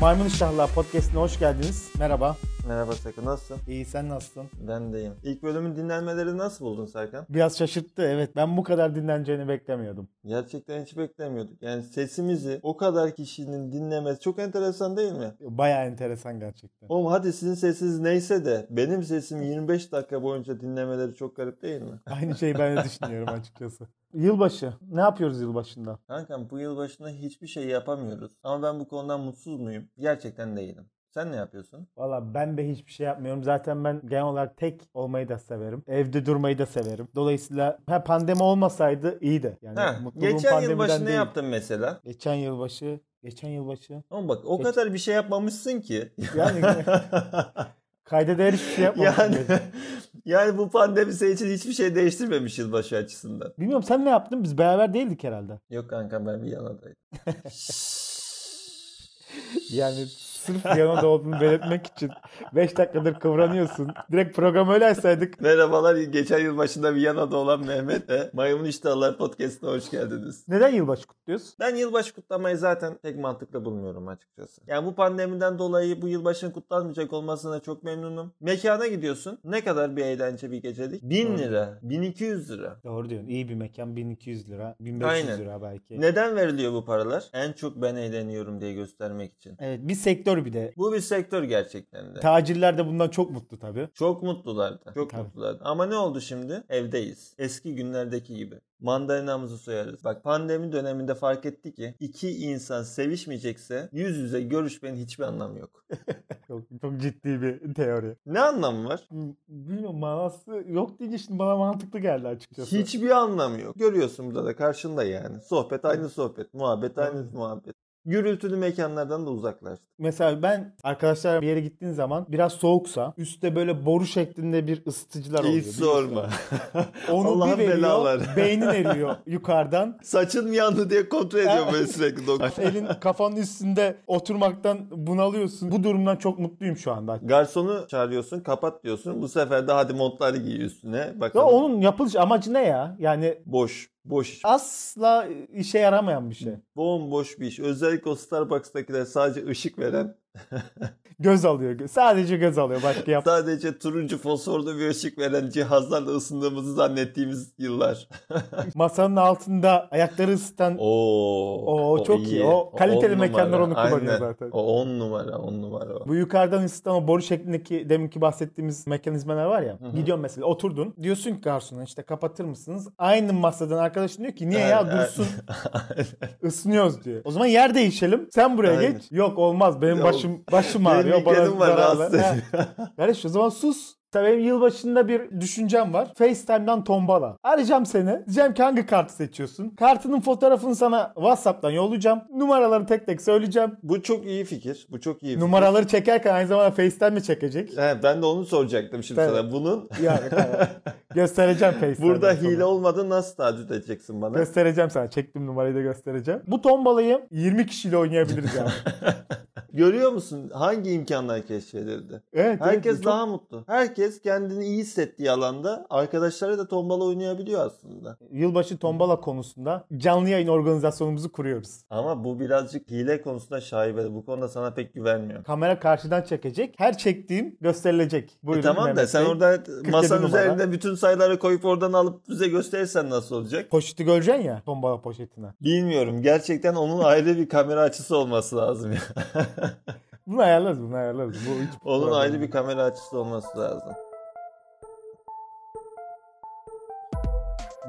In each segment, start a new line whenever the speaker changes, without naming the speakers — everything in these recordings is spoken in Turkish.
Maymun İştahlar Podcast'ine hoş geldiniz. Merhaba.
Merhaba Serkan nasılsın?
İyi sen nasılsın?
Ben deyim. İlk bölümün dinlenmeleri nasıl buldun Serkan?
Biraz şaşırttı evet. Ben bu kadar dinleneceğini beklemiyordum.
Gerçekten hiç beklemiyorduk. Yani sesimizi o kadar kişinin dinlemesi çok enteresan değil mi?
Baya enteresan gerçekten.
Oğlum hadi sizin sesiniz neyse de benim sesim 25 dakika boyunca dinlemeleri çok garip değil mi?
Aynı şeyi ben de düşünüyorum açıkçası. Yılbaşı. Ne yapıyoruz yılbaşında?
Kankam bu yıl başında hiçbir şey yapamıyoruz. Ama ben bu konudan mutsuz muyum? Gerçekten değilim. Sen ne yapıyorsun?
Valla ben de hiçbir şey yapmıyorum. Zaten ben genel olarak tek olmayı da severim. Evde durmayı da severim. Dolayısıyla ha, pandemi olmasaydı iyi de. Yani
Ha,
mutluluğum
geçen yıl
pandemiden
başı ne
değil.
yaptın mesela?
Geçen yılbaşı. Geçen yılbaşı.
Ama bak o
Geç-
kadar bir şey yapmamışsın ki.
Yani kayda değer hiçbir şey yapmamışım.
Yani
dedim.
yani bu pandemi senin için hiçbir şey değiştirmemiş yılbaşı açısından.
Bilmiyorum sen ne yaptın? Biz beraber değildik herhalde.
Yok kanka ben Viyana'daydım.
Yani sırf Viyana'da olduğunu belirtmek için 5 dakikadır kıvranıyorsun. Direkt programı öyle açsaydık.
Merhabalar geçen yıl başında Viyana'da olan Mehmet'e Maymun İştahlar Podcast'ına hoş geldiniz.
Neden yılbaşı kutluyoruz?
Ben yılbaşı kutlamayı zaten pek mantıklı bulmuyorum açıkçası. Yani bu pandemiden dolayı bu yılbaşının kutlanmayacak olmasına çok memnunum. Mekana gidiyorsun. Ne kadar bir eğlence bir gecelik? 1000 lira, 1200 lira.
Doğru diyorsun. İyi bir mekan 1200 lira, 1500
Aynen.
lira belki.
Neden veriliyor bu paralar? En çok ben eğleniyorum diye göstermek için.
Evet bir sektör bir de.
Bu bir sektör gerçekten de.
Tacirler de bundan çok mutlu tabii.
Çok mutlulardı. Çok
Tabii.
mutlulardı. Ama ne oldu şimdi? Evdeyiz. Eski günlerdeki gibi. Mandalinamızı soyarız. Bak pandemi döneminde fark etti ki iki insan sevişmeyecekse yüz yüze görüşmenin hiçbir anlamı yok.
Çok, çok ciddi bir teori.
Ne anlamı var?
Bilmiyorum manası yok deyince şimdi bana mantıklı geldi açıkçası.
Hiçbir anlamı yok. Görüyorsun burada da karşında yani. Sohbet aynı sohbet. Muhabbet aynı
Tabii.
muhabbet. Gürültülü mekanlardan da uzaklaştık.
Mesela ben arkadaşlar bir yere gittiğin zaman biraz soğuksa üstte böyle boru şeklinde bir ısıtıcılar oluyor.
Hiç
biliyorsun.
sorma.
Onu
Allah'ın
bir veriyor,
belaları.
beynin eriyor yukarıdan.
Saçın mı yandı diye kontrol ediyor böyle sürekli doktor.
Elin kafanın üstünde oturmaktan bunalıyorsun. Bu durumdan çok mutluyum şu anda.
Garsonu çağırıyorsun, kapat diyorsun. Bu sefer de hadi montlar giy üstüne. Bak
Ya onun yapılış amacı ne ya? Yani
boş, boş iş.
asla işe yaramayan bir şey.
Bomboş bir iş. Özellikle o Starbucks'takiler sadece ışık veren,
Göz alıyor. Sadece göz alıyor. Başka yap.
sadece turuncu fosforlu bir ışık veren cihazlarla ısındığımızı zannettiğimiz yıllar.
Masanın altında ayakları ısıtan
Oo,
Oo, çok iyi. O kaliteli
on
mekanlar
numara.
onu kullanıyor
Aynen.
zaten.
O 10 numara, 10 numara o.
Bu yukarıdan ısıtan o boru şeklindeki deminki bahsettiğimiz mekanizmalar var ya.
Hı hı.
Gidiyorsun mesela oturdun. Diyorsun ki garsona işte kapatır mısınız? Aynı masadan arkadaşın diyor ki niye ya
Aynen.
dursun ısınıyoruz diyor. O zaman yer değişelim. Sen buraya
Aynen.
geç. Yok olmaz benim
Yok.
başım başım
Benim
ağrıyor.
migrenim var
zararlı."
rahatsız
Ha.
ediyor.
Kardeş o zaman sus. Mesela benim yılbaşında bir düşüncem var. FaceTime'dan tombala. Arayacağım seni. Diyeceğim ki hangi kartı seçiyorsun? Kartının fotoğrafını sana WhatsApp'tan yollayacağım. Numaraları tek tek söyleyeceğim.
Bu çok iyi fikir. Bu çok iyi fikir.
Numaraları çekerken aynı zamanda FaceTime mi çekecek?
He, ben de onu soracaktım şimdi
Evet.
sana. Bunun
yani tamam. göstereceğim FaceTime'dan.
burada
sonra.
hile olmadığını nasıl tacit edeceksin bana?
Göstereceğim sana. Çektiğim numarayı da göstereceğim. Bu tombalayı 20 kişiyle oynayabiliriz yani.
Görüyor musun hangi imkanlar keşfedildi?
Evet.
Herkes
evet,
daha mutlu. Herkes kendini iyi hissettiği alanda arkadaşları da tombala oynayabiliyor aslında.
Yılbaşı tombala konusunda canlı yayın organizasyonumuzu kuruyoruz.
Ama bu birazcık hile konusunda şaibeli. Bu konuda sana pek güvenmiyorum.
Kamera karşıdan çekecek. Her çektiğim gösterilecek.
E
Buyurun
tamam da
Mehmet
sen
Bey.
orada masanın
numara.
üzerinde bütün sayıları koyup oradan alıp bize gösterirsen nasıl olacak?
Poşeti göreceksin ya tombala poşetine.
Bilmiyorum. Gerçekten onun ayrı bir kamera açısı olması lazım ya.
Bunu ayarlarız bunu ayarlarız. Bu hiç
Onun
problem
ayrı
değil.
bir kamera açısı olması lazım.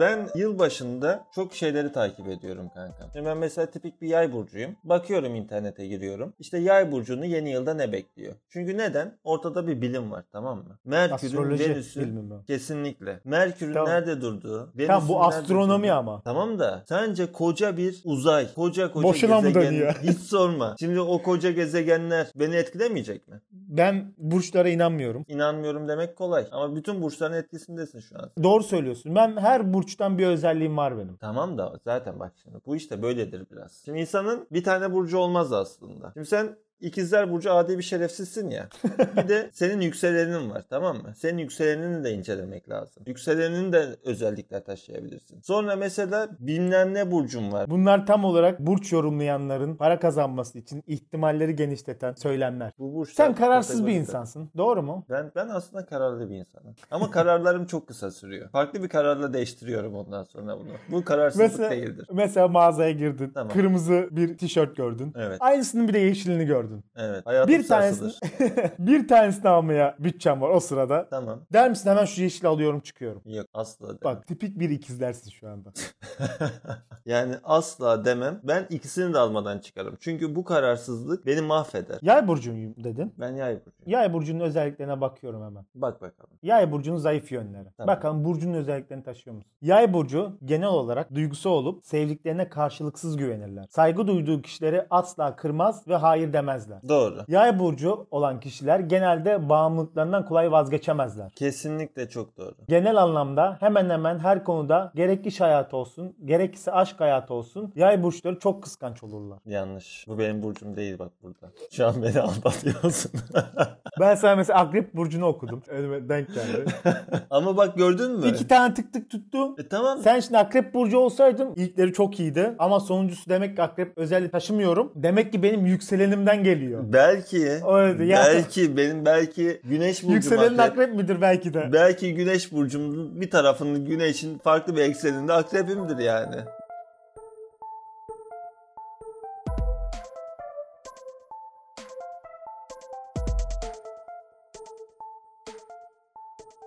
Ben yılbaşında çok şeyleri takip ediyorum kanka. Şimdi ben mesela tipik bir yay burcuyum. Bakıyorum internete giriyorum. İşte yay burcunu yeni yılda ne bekliyor? Çünkü neden? Ortada bir bilim var tamam mı? Merkür'ün,
astroloji
Venüs'ün
bilmem ben.
kesinlikle. Merkür'ün
Tamam.
nerede durduğu, Venüs'ün
Tamam bu
nerede
astronomi
durduğu-
ama.
Tamam da sence koca bir uzay, koca koca
Boşuna mı
gezegen
dönüyor?
hiç sorma. Şimdi o koca gezegenler beni etkilemeyecek mi?
Ben burçlara inanmıyorum.
İnanmıyorum demek kolay. Ama bütün burçların etkisindesin şu an.
Doğru söylüyorsun. Ben her burçtan bir özelliğim var benim.
Tamam da zaten bak şimdi bu işte böyledir biraz. Şimdi insanın bir tane burcu olmaz aslında. Şimdi sen İkizler Burcu adi bir şerefsizsin ya. Bir de senin yükselenin var tamam mı? Senin yükselenini de incelemek lazım. Yükselenin de özellikler taşıyabilirsin. Sonra mesela bilmem ne burcun var.
Bunlar tam olarak burç yorumlayanların para kazanması için ihtimalleri genişleten söylemler.
Bu burç
Sen kararsız bir insansın. Doğru mu?
Ben ben aslında kararlı bir insanım. Ama kararlarım çok kısa sürüyor. Farklı bir kararla değiştiriyorum ondan sonra bunu. Bu kararsızlık
Mesela,
değildir.
mesela mağazaya girdin.
Tamam.
Kırmızı bir tişört gördün.
Evet.
Aynısının bir de yeşilini gördün.
Evet. Hayatım
bir tanesini
sarsılır.
bir tanesini almaya bütçem var o sırada.
Tamam.
Der misin hemen şu yeşili alıyorum çıkıyorum.
Yok asla demem.
Bak tipik bir ikizlersin şu anda.
yani asla demem. Ben ikisini de almadan çıkarım. Çünkü bu kararsızlık beni mahveder.
Yay burcuyum dedin.
Ben yay burcuyum.
Yay burcunun özelliklerine bakıyorum hemen.
Bak bakalım.
Yay burcunun zayıf yönleri.
Tamam.
Bakalım burcunun özelliklerini taşıyor musun? Yay burcu genel olarak duygusal olup sevdiklerine karşılıksız güvenirler. Saygı duyduğu kişileri asla kırmaz ve hayır demezler.
Doğru.
Yay burcu olan kişiler genelde bağımlılıklarından kolay vazgeçemezler.
Kesinlikle çok doğru.
Genel anlamda hemen hemen her konuda gerek iş hayatı olsun, gerek ise aşk hayatı olsun yay burçları çok kıskanç olurlar.
Yanlış. Bu benim burcum değil bak burada. Şu an beni aldatıyorsun.
Ben sana mesela Akrep burcunu okudum. Önüme denk geldi.
Ama bak gördün mü?
İki tane tık tık tuttu.
E tamam.
Sen şimdi akrep burcu olsaydın ilkleri çok iyiydi ama sonuncusu demek ki akrep özelliği taşımıyorum. Demek ki benim yükselenimden geliyor.
Belki.
Öyle ya.
Belki benim belki güneş burcum
Yükselenin
akrep.
akrep midir belki de.
Belki güneş burcumun bir tarafının güneşin farklı bir ekseninde akrepimdir yani.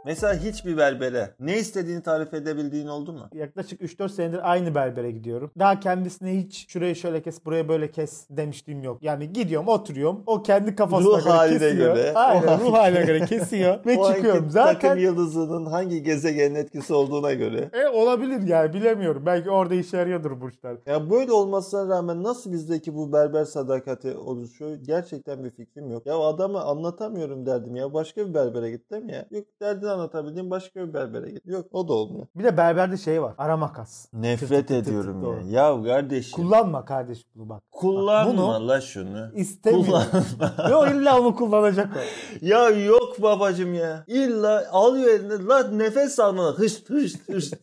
Mesela hiçbir berbere ne istediğini tarif edebildiğin oldu mu?
Yaklaşık 3-4 senedir aynı berbere gidiyorum. Daha kendisine hiç şurayı şöyle kes, buraya böyle kes demişliğim yok. Yani gidiyorum, oturuyorum. O kendi kafasına
Ruh
göre
haline
kesiyor.
göre. O
Aynen,
anki-
ruh haline göre kesiyor ve
O anki
çıkıyorum.
Takım
Zaten
yıldızının hangi gezegenin etkisi olduğuna göre.
e, olabilir yani bilemiyorum. Belki orada işe yarıyordur burçlar.
Ya böyle olmasına rağmen nasıl bizdeki bu berber sadakati oluşuyor gerçekten bir fikrim yok. Ya adamı anlatamıyorum derdim ya başka bir berbere gittim ya. Yok derdini anlatabildiğim başka bir berbere git. Yok o da olmuyor.
Bir de berberde şey var. Ara makas. Tır tır
Nefret
tır
ediyorum
tır
ya.
doğru.
Ya kardeşim
Kullanma kardeş bunu bak.
kullanma
Bunu-
la şunu.
İstemiyorum.
Kullanma.
Yo illa onu kullanacak o.
ya yok babacım ya. İlla alıyor eline la nefes almadan hışt hışt hışt.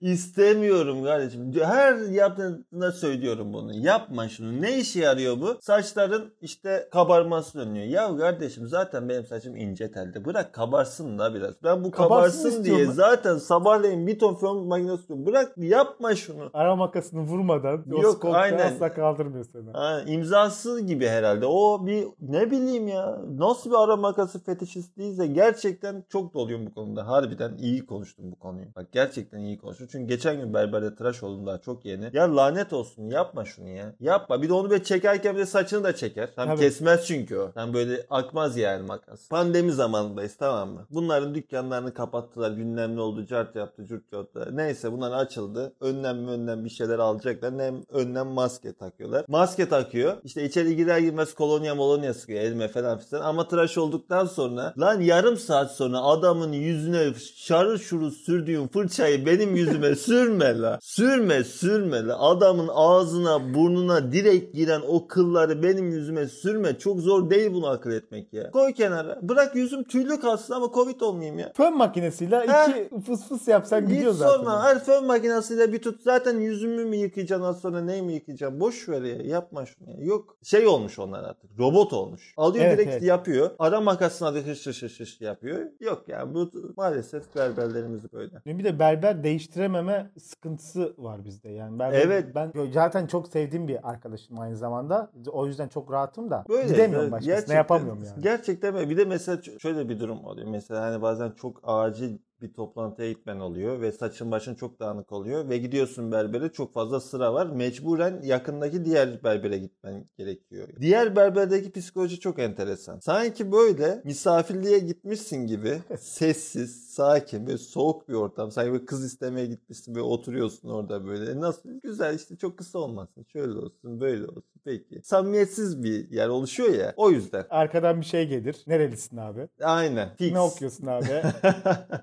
İstemiyorum kardeşim. Her yaptığında söylüyorum bunu. Yapma şunu. Ne işe yarıyor bu? Saçların işte kabarması önlüyor. Ya kardeşim zaten benim saçım ince telde. Bırak kabarsın la biraz. Ben bu
Kabarsın
kabarsın, diye
istiyorum.
zaten sabahleyin bir ton fön makinesi tutuyorum. Bırak yapma şunu.
Ara makasını vurmadan o
Yok,
Yok,
aynen.
asla kaldırmıyor seni.
Ha, imzası gibi herhalde. O bir ne bileyim ya. Nasıl bir ara makası fetişistliğiyse gerçekten çok doluyum bu konuda. Harbiden iyi konuştum bu konuyu. Bak gerçekten iyi konuştum. Çünkü geçen gün berberde tıraş oldum daha çok yeni. Ya lanet olsun yapma şunu ya. Yapma. Bir de onu böyle çekerken bir de saçını da çeker. Tam
Tabii.
kesmez çünkü o. Tam böyle akmaz yani makas. Pandemi zamanındayız tamam mı? Bunların dükkanlarını kapattılar. Bilmem ne oldu. Cart yaptı, cürt yaptı. Neyse bunlar açıldı. Önlem önlem bir şeyler alacaklar. Hem önlem maske takıyorlar. Maske takıyor. İşte içeri girer girmez kolonya molonya sıkıyor elime falan filan. Ama tıraş olduktan sonra lan yarım saat sonra adamın yüzüne şarıl şurul sürdüğün fırçayı benim yüzüme sürme la. Sürme sürme la. Adamın ağzına burnuna direkt giren o kılları benim yüzüme sürme. Çok zor değil bunu akıl etmek ya. Koy kenara. Bırak yüzüm tüylü kalsın ama covid olmayayım ya.
Fön makinesiyle iki fıs fıs yapsan gidiyor
Git
zaten.
sorma. Her fön makinesiyle bir tut. Zaten yüzümü mü yıkayacaksın az sonra neyi mi yıkayacaksın? Boş ver ya. Yapma şunu. ya. Yok. Şey olmuş onlar artık. Robot olmuş. Alıyor
Evet,
direkt
evet.
yapıyor. Ara makasına da hış hış hış hış yapıyor. Yok ya. Bu maalesef berberlerimiz böyle.
Bir de berber değiştirememe sıkıntısı var bizde. Yani ben
Evet.
ben zaten çok sevdiğim bir arkadaşım aynı zamanda. O yüzden çok rahatım da
Böyle.
gidemiyorum
Evet,
başkasına
gerçekten-
yapamıyorum yani.
Gerçekten böyle. Bir de mesela ç- şöyle bir durum oluyor. Mesela hani bazen çok acil bir toplantıya gitmen oluyor ve saçın başın çok dağınık oluyor ve gidiyorsun berbere çok fazla sıra var. Mecburen yakındaki diğer berbere gitmen gerekiyor. Diğer berberdeki psikoloji çok enteresan. Sanki böyle misafirliğe gitmişsin gibi sessiz, sakin ve soğuk bir ortam. Sanki böyle kız istemeye gitmişsin ve oturuyorsun orada böyle. E Nasıl? Güzel işte çok kısa olmasın. Şöyle olsun, böyle olsun. sürekli. Samimiyetsiz bir yer oluşuyor ya. O yüzden.
Arkadan bir şey gelir. Nerelisin abi?
Aynen. Fix.
Ne okuyorsun abi?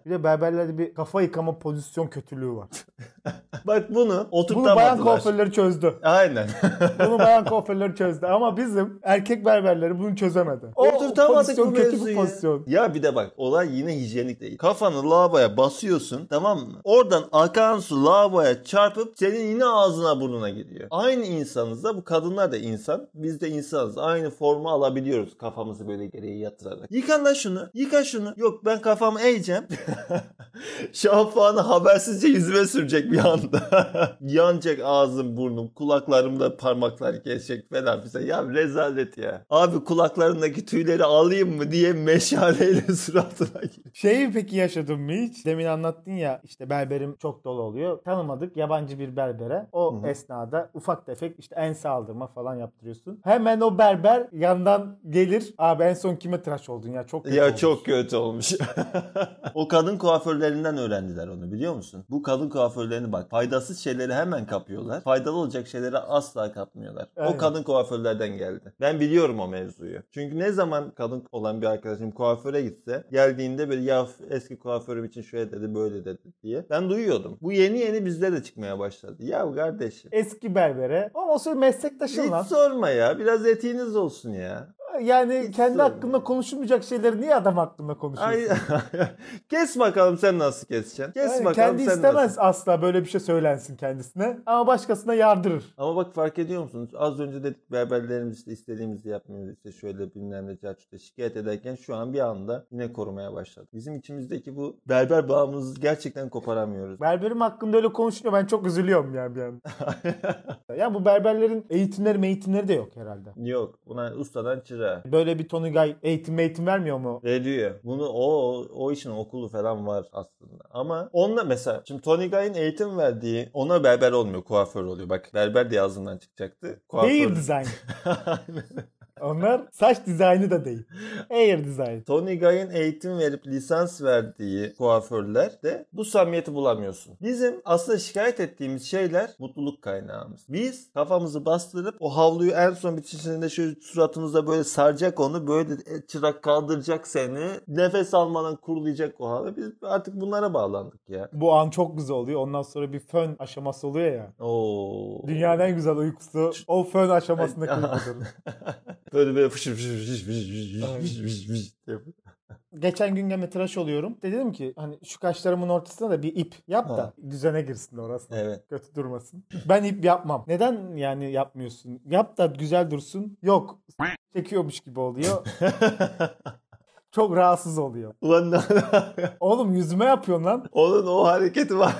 bir de berberlerde bir kafa yıkama pozisyon kötülüğü var.
Bak bunu
Bunu bayan
oturtamadılar.
kuaförleri çözdü.
Aynen.
Bunu bayan kuaförleri çözdü. Ama bizim erkek berberleri bunu çözemedi. O
Oturtamadık bu
pozisyon kötü bir
mevzuyu.
pozisyon.
Ya bir de bak olay yine hijyenik değil. Kafanı lavaboya basıyorsun tamam mı? Oradan akan su lavaboya çarpıp senin yine ağzına burnuna gidiyor. Aynı insanız da bu kadınlar da insan. Biz de insanız. Aynı formu alabiliyoruz kafamızı böyle geriye yatırarak. Yıkan lan şunu. Yıka şunu. Yok ben kafamı eğeceğim. Şampuanı habersizce yüzüme sürecek bir anda. Yanacak ağzım burnum. Kulaklarımda parmaklar geçecek falan bize. Ya rezalet ya. Abi kulaklarındaki tüyleri alayım mı diye meşaleyle suratına gir.
Şeyi peki yaşadın mı hiç? Demin anlattın ya işte berberim çok dolu oluyor. Tanımadık yabancı bir berbere. O
Hı hı.
esnada ufak tefek işte ense aldırma falan yaptırıyorsun. Hemen o berber yandan gelir. Abi en son kime tıraş oldun ya çok kötü
Ya
olmuş."
çok kötü olmuş. o kadın kuaförlerinden öğrendiler onu biliyor musun? Bu kadın kuaförlerini bak faydasız şeyleri hemen kapıyorlar. Faydalı olacak şeyleri asla kapmıyorlar. O
Aynen.
kadın kuaförlerden geldi. Ben biliyorum o mevzuyu. Çünkü ne zaman kadın olan bir arkadaşım kuaföre gitse geldiğinde böyle ya eski kuaförüm için şöyle dedi böyle dedi diye. Ben duyuyordum. Bu yeni yeni bizde de çıkmaya başladı. Ya kardeşim.
Eski berbere. Ama o senin meslektaşın lan.
Hiç sorma ya. Biraz etiğiniz olsun ya.
Yani
hiç
kendi
sorun
hakkında
yok.
konuşulmayacak şeyleri niye adam hakkında konuşuyorsun?
Ay, kes bakalım sen nasıl keseceksin. Kes
Yani
bakalım
kendi
sen
istemez
nasıl.
asla böyle bir şey söylensin kendisine. Ama başkasına yardırır.
Ama bak fark ediyor musunuz? Az önce dedik berberlerimiz işte istediğimizi yapmıyoruz. işte şöyle bilmem ne carçute şikayet ederken şu an bir anda yine korumaya başladı. Bizim içimizdeki bu berber bağımızı gerçekten koparamıyoruz.
Berberim hakkında öyle konuşuyor ben çok üzülüyorum yani bir an. Yani bu berberlerin eğitimleri eğitimleri de yok herhalde.
Yok buna ustadan çırağa.
Böyle bir Tonigay eğitim eğitim vermiyor mu?
Veriyor. Bunu o o işin okulu falan var aslında. Ama onunla mesela şimdi Tony Guy'ın eğitim verdiği ona berber olmuyor kuaför oluyor. Bak berber diye ağzından çıkacaktı. Kuaför.
Hair design. Onlar saç dizaynı da değil. Hair design.
Tony Guy'ın eğitim verip lisans verdiği kuaförler de bu samimiyeti bulamıyorsun. Bizim aslında şikayet ettiğimiz şeyler mutluluk kaynağımız. Biz kafamızı bastırıp o havluyu en son bitişinde şöyle suratımıza böyle saracak onu böyle çırak kaldıracak seni. Nefes almadan kurulayacak o havlu. Biz artık bunlara bağlandık ya.
Bu an çok güzel oluyor. Ondan sonra bir fön aşaması oluyor ya.
Oo.
Dünyanın en güzel uykusu o fön aşamasındaki uykudur.
böyle böyle fışır fışır fışır fışır fışır
Aynen.
fışır fışır fışır diye.
Geçen gün gene tıraş oluyorum. De dedim ki hani şu kaşlarımın ortasına da bir ip yap da
Ha.
düzene girsin orası.
Evet.
Kötü durmasın. Ben ip yapmam. Neden yani yapmıyorsun? Yap da güzel dursun. Yok. Çekiyormuş gibi oluyor. Çok rahatsız oluyor.
Ulan ne
Oğlum yüzüme yapıyorsun lan.
Onun o hareketi var.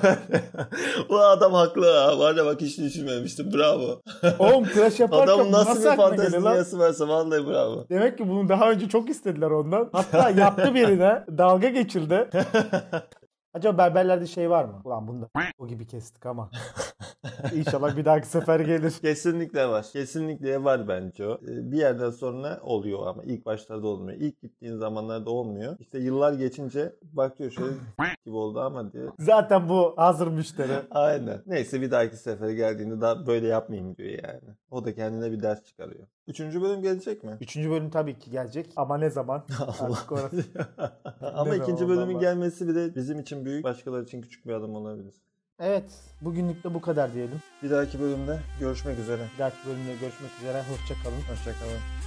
Ulan adam haklı ha. Var ya bak hiç düşünmemiştim. Bravo.
Oğlum tıraş yaparken
Adamın
bu nasıl,
nasıl bir
aklına
fantezi
geliyor lan?
dünyası varsa vallahi bravo.
Demek ki bunu daha önce çok istediler ondan. Hatta yaptı birine. Dalga geçildi. Acaba berberlerde şey var mı? Ulan bunu da o gibi kestik ama. İnşallah bir dahaki sefer gelir.
Kesinlikle var. Kesinlikle var bence o. Ee, Bir yerden sonra oluyor ama ilk başlarda olmuyor. İlk gittiğin zamanlarda olmuyor. İşte yıllar geçince bakıyor şöyle gibi oldu ama diyor.
Zaten bu hazır müşteri.
Aynen. Neyse bir dahaki sefere geldiğinde daha böyle yapmayayım diyor yani. O da kendine bir ders çıkarıyor. Üçüncü bölüm gelecek mi?
Üçüncü bölüm tabii ki gelecek ama ne zaman? Artık orası.
Ama
Neden
ikinci
oldu
bölümün
ama?
gelmesi bile bizim için büyük, başkaları için küçük bir adım olabilir.
Evet bugünlük de bu kadar diyelim.
Bir dahaki bölümde görüşmek üzere.
Bir dahaki bölümde görüşmek üzere. Hoşçakalın.
Hoşçakalın.